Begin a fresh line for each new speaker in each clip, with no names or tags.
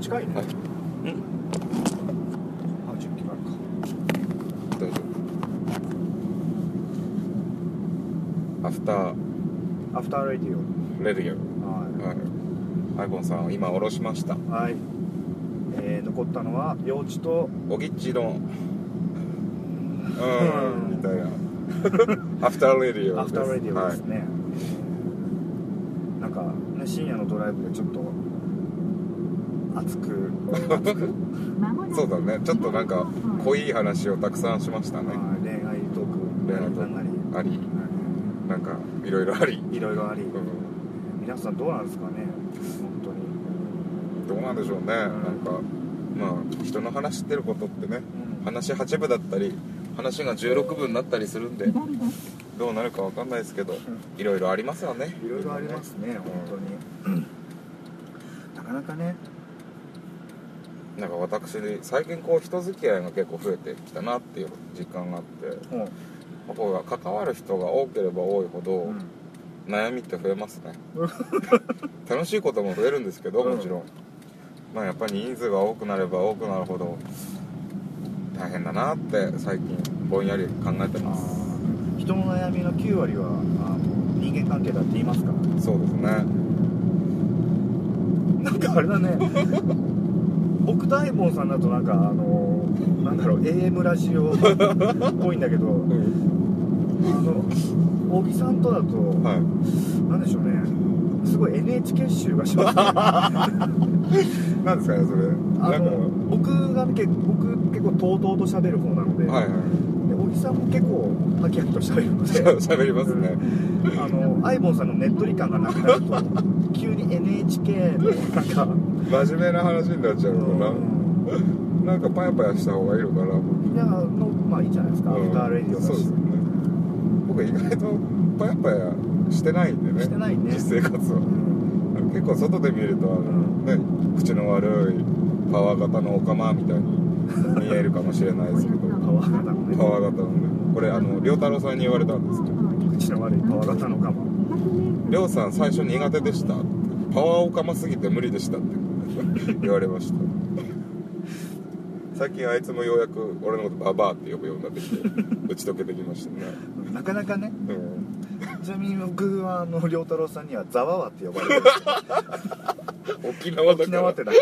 近いね、
はい
あ10キロあるか
大丈夫アフター
アフターレディ
レディ
オは
オアイボンさんを今下ろしました
い、はいえー、残ったのは幼稚と
おぎっちの
ん
うんみた いなアフターレディオ
アフターレディオです
はい
ね、なんか、ね、深夜のドライブでちょっと熱く、
そうだねちょっとなんか濃い話をたくさんしましたね
まあ、恋愛トーク
恋愛トーク
なり
あり
は
なんかいろいろあり、
いいろいろあり、
うん、
皆さんどうなんですかね本当に
どうなんでしょうねなんかまあ人の話してることってね話8分だったり話が16分になったりするんでどうなるかわかんないですけどいろいろありますよね
いろいろありますね本当に、なかなかね
なんか私最近こう人付き合いが結構増えてきたなっていう実感があって
も
こう関わる人が多ければ多いほど、
う、うん
悩みって増え ますね楽しいことも増えるんですけどもちろん、まあやっぱり人数が多くなれば多くなるほど大変だなって最近ぼんやり考えて
あ
ます
ー人の悩みの9割はあの人間関係だって言いますから
そうですね
なんかあれだね僕とアイボンさんだとなんかあのなんだろう AM ラジオっぽいんだけど
うん
あの小木さんとだと、
はい
なんでしょうねすごい NHK 集がしますね
何ですかねそれ
あ
なんか
の僕が結僕結構とうとうと喋る方なので,、
はい
で小木さんも結構ハキハキと喋るので
はいしゃべりますね
あのアイボンさんのねっとり感がなくなると急に NHK のなんか
真面目な話になっちゃうのか
うん
ななんかパヤパヤした方がいいのかな
みんなのまあいいじゃないですか、
う
ア
ん
フターレディオだし
そうですね僕意外とパヤパヤしてないんでね
してないね
実生活は
うん
結構外で見るとあの、ね、口の悪いパワー型のオカマみたいに見えるかもしれないです けど
パワー型の
パ
ね
ワー型のねこれあの良太郎さんに言われたんですけど
口の悪いパワー型のカバ
「亮さん最初苦手でした」って「パワーオカマすぎて無理でした」って言われました最近あいつもようやく俺のことババアって呼ぶようになってきて打ち解けてきましたね、
なかなかね
うん、
ちなみに僕はあの良太郎さんには「ざわわ」って呼ばれてる
沖 縄だ
沖
か
縄っ
ら
てだけ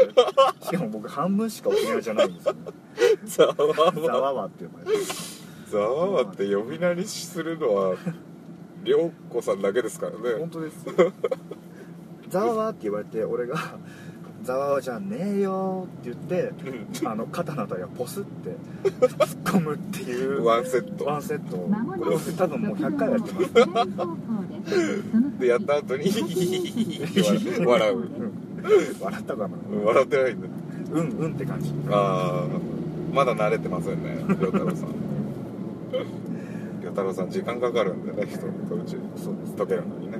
しかも僕半分しか沖縄じゃないん ですよね
ざわ
「ざ
わ
わわ」って呼ばれてる
ざわわって呼び鳴りするのは涼子さんだけですからね
本当ですよざわわって言われて俺が「ざわわじゃねえよ」って言ってあの肩のあたりがポスって突っ込むっていう
ワンセッ
ワ
ト
ンセット
こ
こ
れ
れ
を
を
多
多
分
分
も
も
う
う
100
100
回
回
は
は
や
や
っ
っててますす
でやっ
ま
た後にって笑う
笑ったかな
笑ってないんだ
うんうんって感じ
ああまだ慣れてませんね涼太 郎さん涼太郎さん時間かかるんでね人の途中
そうです
解けるのにね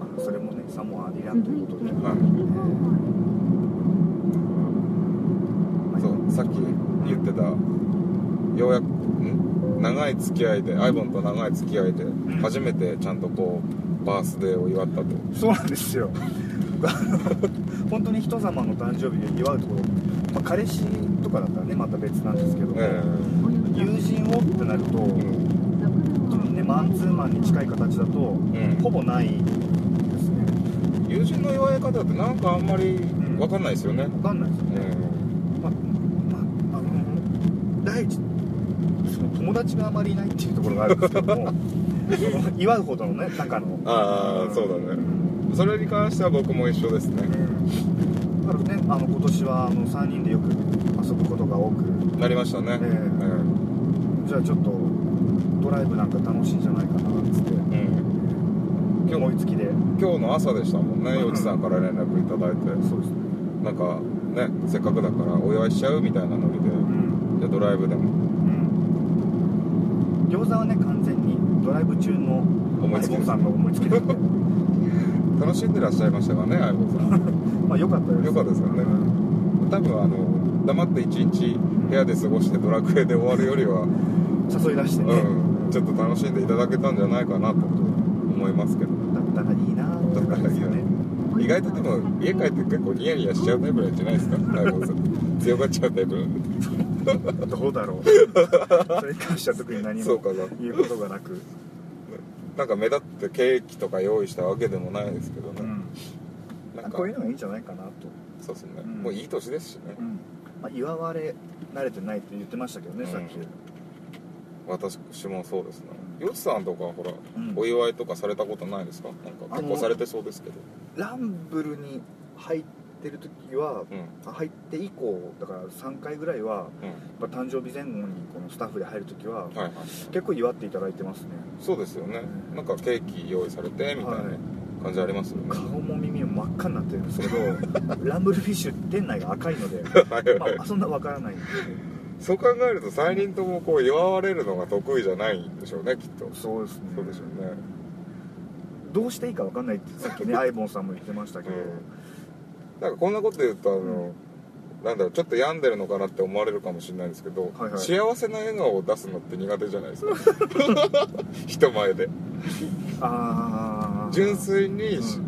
あそれもねサモアリランということで、
は
そうさっき言ってたようやくん長い付き合いでアイボンと長い付き合いで初めてちゃんとこうバースデーを祝ったと
そうなんですよ あの本当に人様の誕生日を祝うところ、まあ、彼氏とかだったらねまた別なんですけど、
え
友人をってなると、
えうん
本当にねマンツーマンに近い形だと、
ん
ほぼないですね
友人の祝い方ってなんかあんまり分かんないですよね、
分かんないですよ
う
ね、
ん、
まあ、まあ、あの第一その友達があまりいないっていうところがあるんですけど もその祝うほどのね中の
ああそうだねそれに関しては僕も一緒ですね
だからね、あの今年はあの3人でよく遊ぶことが多く、
なりましたね、
ええ
うん
じゃあちょっとドライブなんか楽しいんじゃないかなっつって、
うん
今日思いつきで、
今日の朝でしたもんね
うん
陽一さんから連絡いただいて
そうですね、
なんかねせっかくだからお祝いしちゃうみたいなノリで
うん、
じゃあドライブでも
餃子はね、完全にドライブ中の
思いつき
アイ
で
ボン
す
さんの思いつき なんで、
楽しんでらっしゃいましたからね相棒さ ん
まあよかったです。
よかったですよね多分あの黙って一日部屋で過ごしてドラクエで終わるよりは、
誘い出してね、
うん、ちょっと楽しんでいただけたんじゃないかなと思いますけど
だったらいいなって感じですよね。
い
意外とでも家帰って結構ニヤニヤしちゃうタイプなんじゃないですか大悟さん 強がっちゃうタイプなんで
どうだ ろうそれに関しては特に何
そ
も
うかな
言うことがなく
なんか目立ってケーキとか用意したわけでもないですけど
う
ね、
ん
なんか
こういうのがいいんじゃないかなと、
そうですね、
うん
もういい年ですしね
うんまあ、祝われ慣れてないって言ってましたけどね、
うん
さっき
私もそうですねヨシさんとかほら、
ん
お祝いとかされたことないですかなんか結構されてそうですけど
ランブルに入ってる時は
うん
入って以降だから3回ぐらいは、
う
まあ、誕生日前後にこのスタッフで入る時は
んはいはい
結構祝っていただいてますね
そうですよねなんかケーキ用意されてみたいな
はい
感じありますよね、
顔も耳も真っ赤になってるんですけ どランブルフィッシュ店内が赤いので、
はいはい
まあ、そんなわからないんで
そう考えると3人ともこう祝われるのが得意じゃないんでしょうねきっと
そうですね
そうでしょうね
どうしていいかわかんないってさっき ねアイボンさんも言ってましたけど、
なんかこんなこと言うとあの、
うん
なんだろうちょっと病んでるのかなって思われるかもしれないですけど、
はいはい
幸せな笑顔を出すのって苦手じゃない ですか人前で
ああ
純粋に、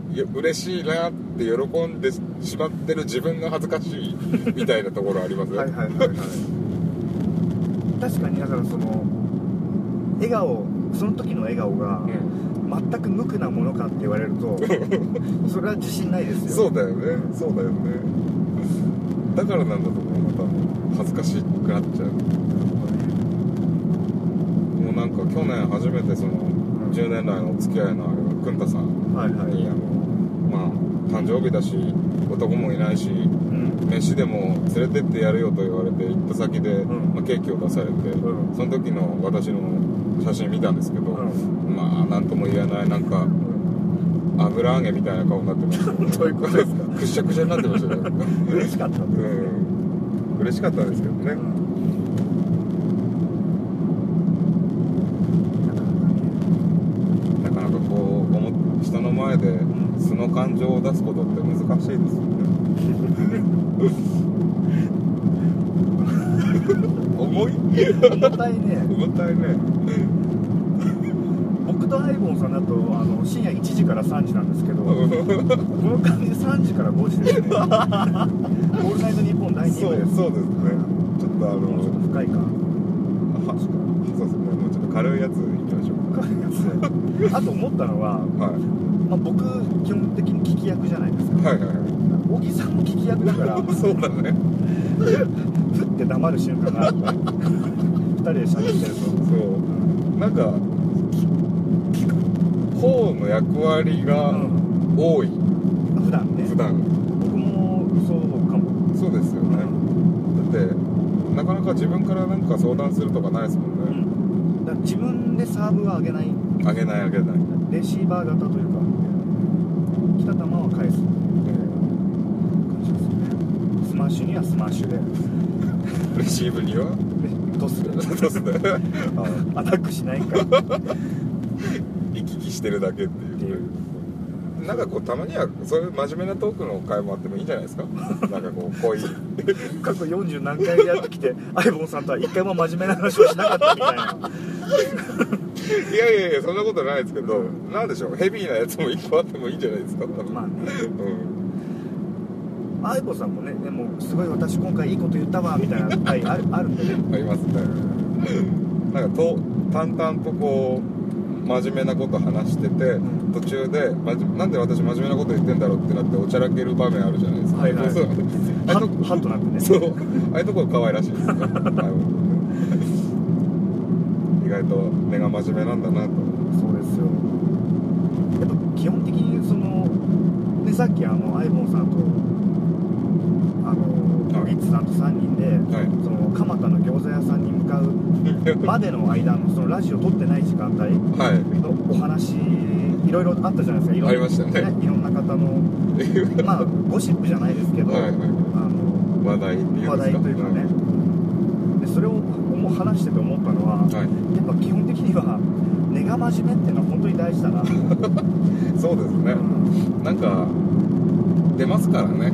うん
よ嬉しいなって喜んでしまってる自分が恥ずかしいみたいなところありますね
はいはいはいはい確かにだからその笑顔その時の笑顔が
うん
全く無垢なものかって言われる とそれは自信ないですよ
そうだよねそうだよねだからなんだと思うまた恥ずかしくなっちゃうもうなんか去年初めてその10年来のお付き合いのあるくんたさん
はいはい、
にあのまあ誕生日だし男もいないし
うん
飯でも連れてってやるよと言われて行った先で、
ん
まあ、ケーキを出されて、
ん
その時の私の写真見たんですけど、
うん
まあ何とも言えないなんか油揚げみたいな顔になってました
どういうことですか
くっしゃくしゃになってましたね
嬉しかったん
う
で
ん嬉しかったですけどね、
すね、
なかなかこう思っ人の前で素の感情を出すことって難しいですよ ね重い
重たいね
重たいね
僕とアイボンさんだとあの深夜1時から3時なんですけどこの感じで3時から5時ですねオールナイトニッポン第2
そ
部
う
です
そうですねちょっとあ
もうちょっと
の
深いか
はそうですねもうちょっと軽いやついきましょう
深いやつあと思ったのは、
かはい
まあ、僕基本的に聞き役じゃないですか
はいはいは
小木さんも聞き役だから
いそうだね
ふって黙る瞬間があって二人で喋ってる
そうなんかき聞く方の役割
と、
が
うん、
多い
普段ね
普段
僕もそうかも、
そうですよ
う
ね
ん
だってなかなか自分からなんか相談するとかないですも
うんん、
ね
だから自分でサーブは上げない
あげないあげない
レシーバー型というか来た球は返す感じですねスマッシュにはスマッシュで
レシーブには
でトスで
そうです ね
アタックしないからって
行き来してるだけっていう
いう
なんかこうたまにはそういう真面目なトークの会もあってもいいんじゃない ですかなんかこうこういう
過去40何回やってきてアイボンさんとは一回も真面目な話をしなかったみたいない
やいやいやそんなことないですけど、
う
なんでしょうヘビーなやつも一個あってもいいんじゃないですか多分
まあね
うん
アイボンさんもねでもすごい私今回いいこと言ったわみたいな回あるあるんでね
ありますねなんかと淡々とこう真面目なこと話してて
ん
途中でまじなんで私真面目なこと言ってんだろうってなっておちゃらける場面あるじゃないですか、
はいはい
そうあ
ハ
の
ッハッとなってね
そうああいうところ可愛らしいですね意外と目が真面目なんだなと
そうですよやっぱ基本的にそのでさっきあのアイボンさんとあの
はい
リッツさんと3人で、
はい
その蒲田の餃子屋さんに向かうまでの間のそのラジオ撮ってない時間帯
はい
のお話いろいろあったじゃないですかいろんな
ありましたね
いろんな方の まあゴシップじゃないですけど、
はいはい
あの
話題っていうんですか
話題というかね、でそれをもう話してて思ったのは、
はい
やっぱ基本的には根が真面目っていうのは本当に大事だな、
そうですねなんか出ますからね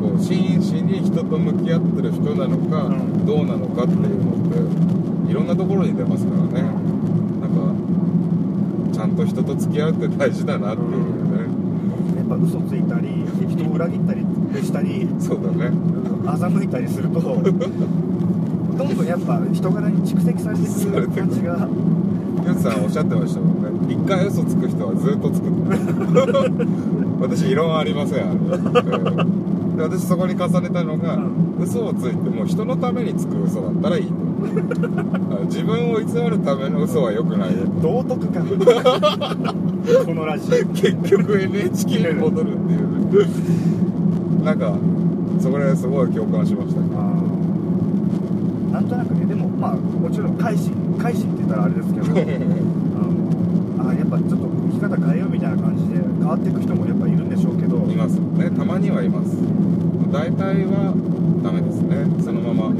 こう真摯に人と向き合ってる人なのか、
うん
どうなのかっていうのっていろんなところに出ますからねなんかちゃんと人と付き合うって大事だなっていうね、
やっぱ嘘ついたり人を裏切ったりしたり
そうだね
欺いたりするとどんどんやっぱ人柄に蓄積されてくる感じが
ヨツさんおっしゃってましたもんね一回嘘つく人はずっとつくって 私異論ありませんあれ、うんで私そこに重ねたのが、
うん
嘘をついても人のためにつく嘘だったらい いとあの自分を偽るための嘘は良くない
道徳感このラジオ
結局 NHK に戻るっていうねなんかそこら辺すごい共感しました ね
なんとなくねでもまあもちろん改心改心って言ったらあれですけどあのあやっぱちょっと生き方変えようみたいな感じで変わっていく人もやっぱいるんでしょうけど
いますねたまにはいます大体はダメですねそのまま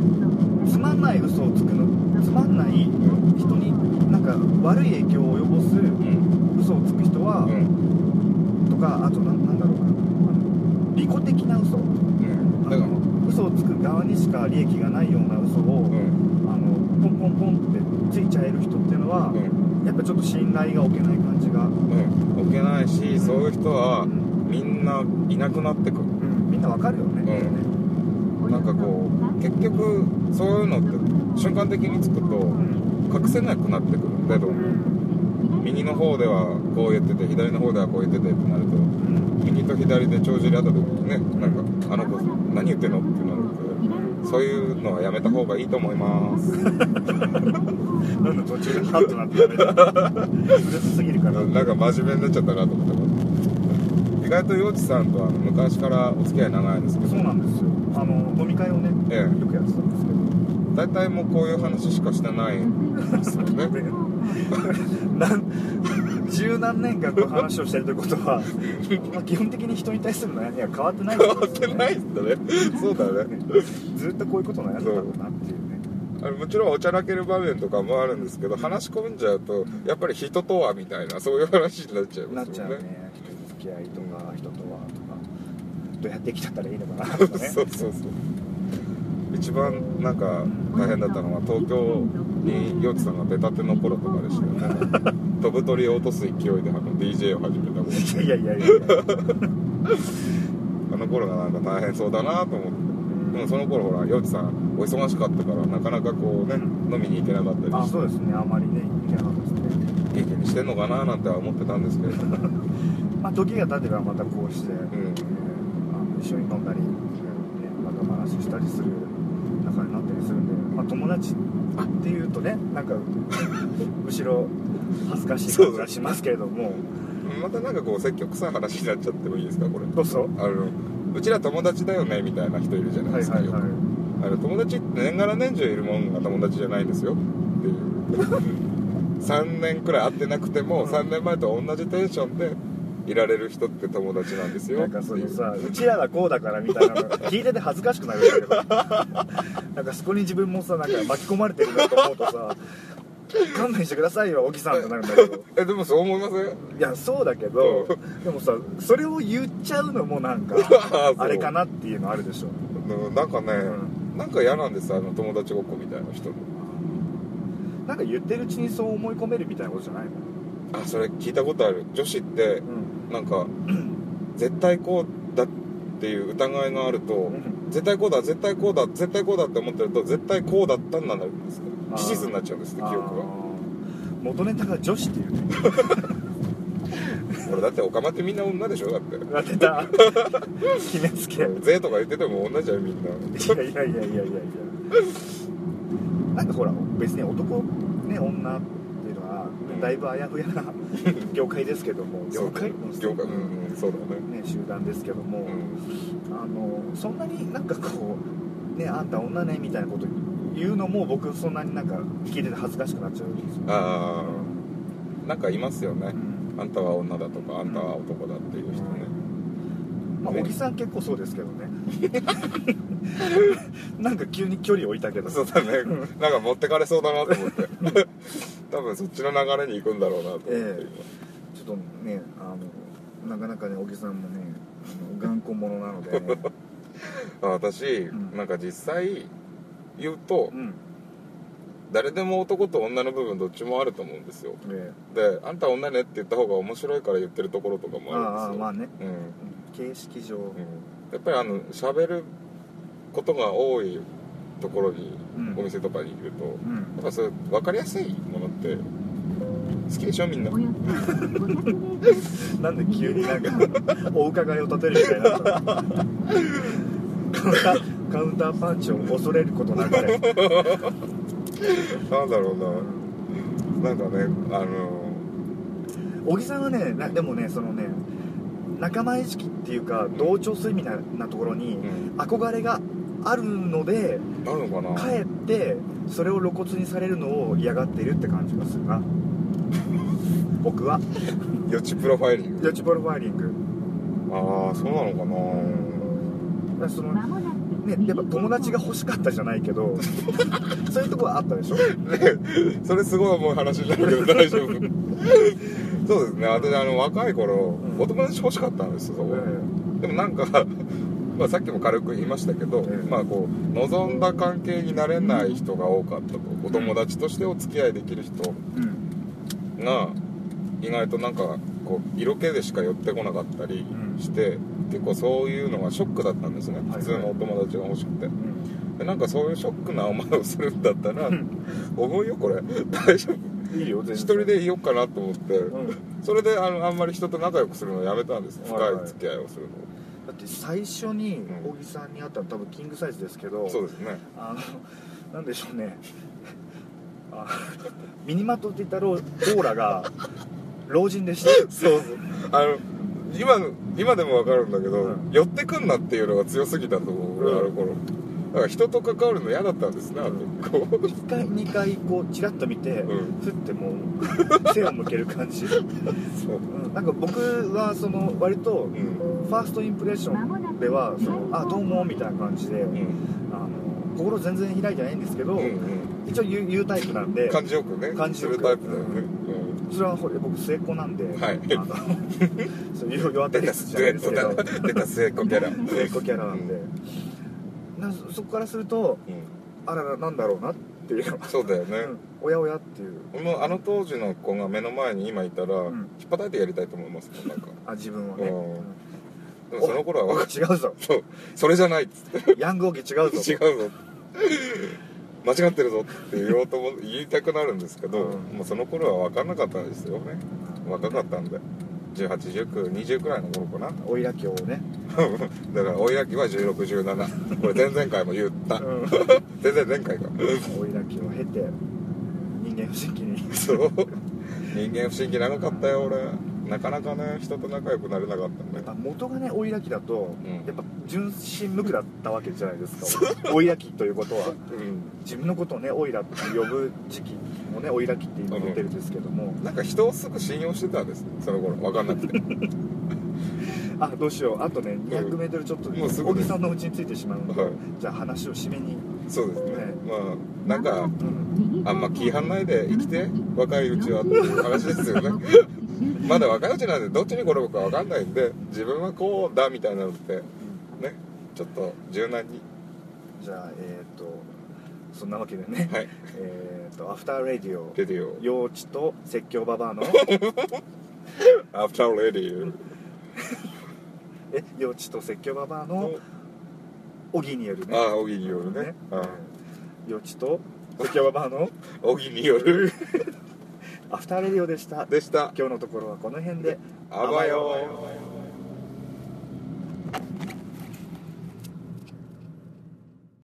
つまんない嘘をつくのつまんない人になんか悪い影響を及ぼす
うん
嘘をつく人は
う、ん
とかあとなんなんだろうなあの利己的な嘘
うんだ
あ
から
の嘘をつく側にしか利益がないような嘘を、
うん
あのポンポンポンってついちゃえる人っていうのは、
うん
やっぱちょっと信頼が置けない感じが、
うん置けないしそういう人は
うん
みんないなくなってくる
みんなわかるよね、
うなんかこう結局そういうのって瞬間的につくと隠せなくなってくるんだと思う右の方ではこう言ってて左の方ではこう言っててってなると
うん
右と左で帳尻あった時にねなんかあの子何言ってんのってなるんでそう いうのはやめた方がいいと思います
なんで途中でハッとなってやめた うるさすぎるから
なんか真面目になっちゃったなと思って意外と陽地さんとは昔からお付き合い長いんですけ
そ
ど
うなんですよあの飲み会をね
え
よくやってたんですけど
大体もうこういう話しかしてないですよね
なん十何年間こう話をしてるということは、 まあ、基本的に人に対する悩みは変わってない変
変わってないんだねそうだね
ずっとこういうこと悩んでたんだなっていうね
あのもちろんおちゃらける場面とかもあるんですけど話し込んじゃうとやっぱり人とはみたいなそういう話になっちゃい
な
ま
っ
す
ち
よ
ゃう
ね
ね人と付き合いとか人とはとかどうやって生きちゃったらいいのかなとかね
そうそうそう一番なんか大変だったのは東京にヨッツさんが出たての頃とかでし たよね飛ぶ鳥を落とす勢いであの DJ を始めた頃
いやいやいやいや
あの頃がなんか大変そうだなと思ってでもその頃ほらヨッツさんお忙しかったからなかなかこうね飲みに行けなかったり
あ
して
そうですねあまりね行けなかったですね
元気にしてんのかななんては思ってたんですけれども
まあ時が経てばまたこうして、え
ん
ーあの一緒に飲んだり、ね、また話したりする仲になったりするんで、まあ、友達っていうとねなんか 後ろ恥ずかしい感じがしますけれども
またなんかこう積極臭い話になっちゃってもいいですかこれ
どうぞ
あのうちら友達だよねみたいな人いるじゃない
は
で
い
すか
はい
よく
はい
あの友達って年がら年中いるもんが友達じゃないんですよっていう 3年くらい会ってなくても3年前と同じテンションでいられる人って友達なんですよ
なんかその
っていう
さうちらはこうだからみたいなの聞いてて恥ずかしくなるんだけど なんかそこに自分もさなんか巻き込まれてるなと思うとさ勘弁してくださいよ小木さんってなるんだけど
えでもそう思いませ ん
いやそうだけどでもさそれを言っちゃうのもなん か
そう
あれかなっていうのあるでしょ
うんなんかね、なんか嫌なんですあの友達ごっこみたいな人
なんか言ってるうちにそう思い込めるみたいなことじゃないの、
あそれ聞いたことある女子ってなんか絶対こうだっていう疑いがあると、
ん
絶対こうだ絶対こうだ絶対こうだって思ってると絶対こうだったになるんですね
あー
事実になっちゃうんですね記憶
あ
は
ー元ネタが女子っていう ね
俺だってオカマってみんな女でしょだ って
なってた決めつけ
「ぜ」とか言ってても女じゃんみんない
やいやいやいやいやいやなんかほら別に男ね女っていうのはだいぶあやふやな業界ですけども業界
業界うん、うん、そうだね
ね集団ですけども、
うん
あのそんなになんかこうねあんた女ねみたいなこと言うのも僕そんなになんか聞いてて恥ずかしくなっちゃうんですよ、
ああなんかいますよね
うん
あんたは女だとかあんたは男だっていう人ね、
まあ小木さん結構そうですけどね なんか急に距離置いたけど
そうだねなんか持ってかれそうだなと思って 多分そっちの流れに行くんだろうなと思って、
えちょっとねあのなかなかね小木さんもねあの頑固者なの で、ね、
あ私、
ん
なんか実際言うと、
うん
誰でも男と女の部分どっちもあると思うんですよ
え
で「あんた女ね」って言った方が面白いから言ってるところとか
え
も
あ
あ
あ
るんですよ
まあね
うん
形式上
やっぱりあの喋ることが多いところに、
うん
お店とかにいると
う
やっ
ん
ぱそういう分かりやすいものって好きでしょみんな
およそ500メートル
なんで急になんかお伺いを立てるみたいになったのカウンターカウンターパンチを恐れることなくて
なんだろうななんかねあの
小木さんはねなでもねそのね仲間意識っていうか同調するみたいなところに
うん
憧れがあるので
あるのかな
かえってそれを露骨にされるのを嫌がってるって感じがするな僕は
予知プロファイリン
予
グ
知プロファイリング
ああそうなのかな
だからその
間もなく
ねやっぱ友達が欲しかったじゃないけ どそういうとこはあったでしょ
ねそれすごい重い話になるけど大丈夫そうですね私あの若い頃
うん
お友達欲しかったんですよそこでもなんか、 まあ、さっきも軽く言いましたけど、
ええ
まあ、こう望んだ関係になれない人が多かったとお友達としてお付き合いできる人
うん
が意外となんかこう色気でしか寄ってこなかったり
うん
して、結構そういうのがショックだったんですね
はい
普通のお友達が欲しくてでなんかそういうショックな思いをするんだったら
うん
重いよこれ 大丈夫
いいよ全然
一人でいようかなと思って
うんだ
それであのあんまり人と仲良くするのをやめたんです
は
深
い
い
はい
付き合いをするのを
って最初に
うん
小木さんに会ったの多分キングサイズですけど
そうですね
あのなんでしょうねあ身にまとっていたローオーラが老人でした
そうそうあの今の今でも分かるんだけど、
うん
寄ってくんなっていうのが強すぎたと思う、俺
うん
あの頃だから人と関わるの嫌だったんですね、あのこう
1回2回こうチラッと見て、
うん
ふってもう背を向ける感 じ、
そう
うんなんか僕はその割と
うん
ファーストインプレッションではそのあどうもみたいな感じで、
うん
あの心全然開いてないんですけど、
うん
一応言う言うタイプなんで
感じよくね
感じよく
するタイプだよね、うん
それはこれ僕末っ子なんで、
はい
あ のそういう弱った
出
り
た
す
ス
じゃな
デ
いで
ット
すけど
だ出た末っ子キャラうん
末っ子キャラなんで、なそそこからするとあららなんだろうなっていうのが、
そうだよね、
うんおやおやっていう
俺もあの当時の子が目の前に今いたら、
ん
引っ叩いてやりたいと思いますもんなんか
あ自分はね、
うん
うん
でもその頃は分かっ
違うぞ
そうそれじゃないっつって
ヤングオギ違うぞ
違うぞ間違ってるぞって言おうとも言いたくなるんですけど、
うん
もうその頃は分かんなかったですよね若かったんで181920くらいの頃かな
おいらきをね、
だから追い焼きは1617これ前々回も言った全然前々回か
おいらきを経て人間不思議に
そう人間不思議長かったよ俺なかなかね人と仲良くなれなかった
やっ
ね
ぱ元がねおいらきだと、
うん
やっぱ純真無垢だったわけじゃないですか俺おいらきということは
うん
自分のことをねおいらって呼ぶ時期もねおいらきって今言ってるんですけども、
なんか人をすぐ信用してたんですその頃分かんなくて
あどうしようあとね 200m ちょっとで
もうすぐ
小
で
木
す
さんのうちについてしまうので、
はい
じゃあ話を締めに、
そうですね
ね
まあなんか
うん、
あんま気張んないで生きて若いうちはっていう話ですよね まだ若いうちなんでどっちに転ぶか分かんないんで自分はこうだみたいなのってねちょっと柔軟に
じゃあえっ、とそんなわけでね、
はい
えっ、とアフターレディオ
レディオ
幼稚と説教ババ アの
アフターレディ
え幼稚と説教ババア
オ
のオギによるね
ああ小木によるねあ
幼稚と説教ババアの
小木による
アフターレディオでした
でした
今日のところはこの辺で
あばよ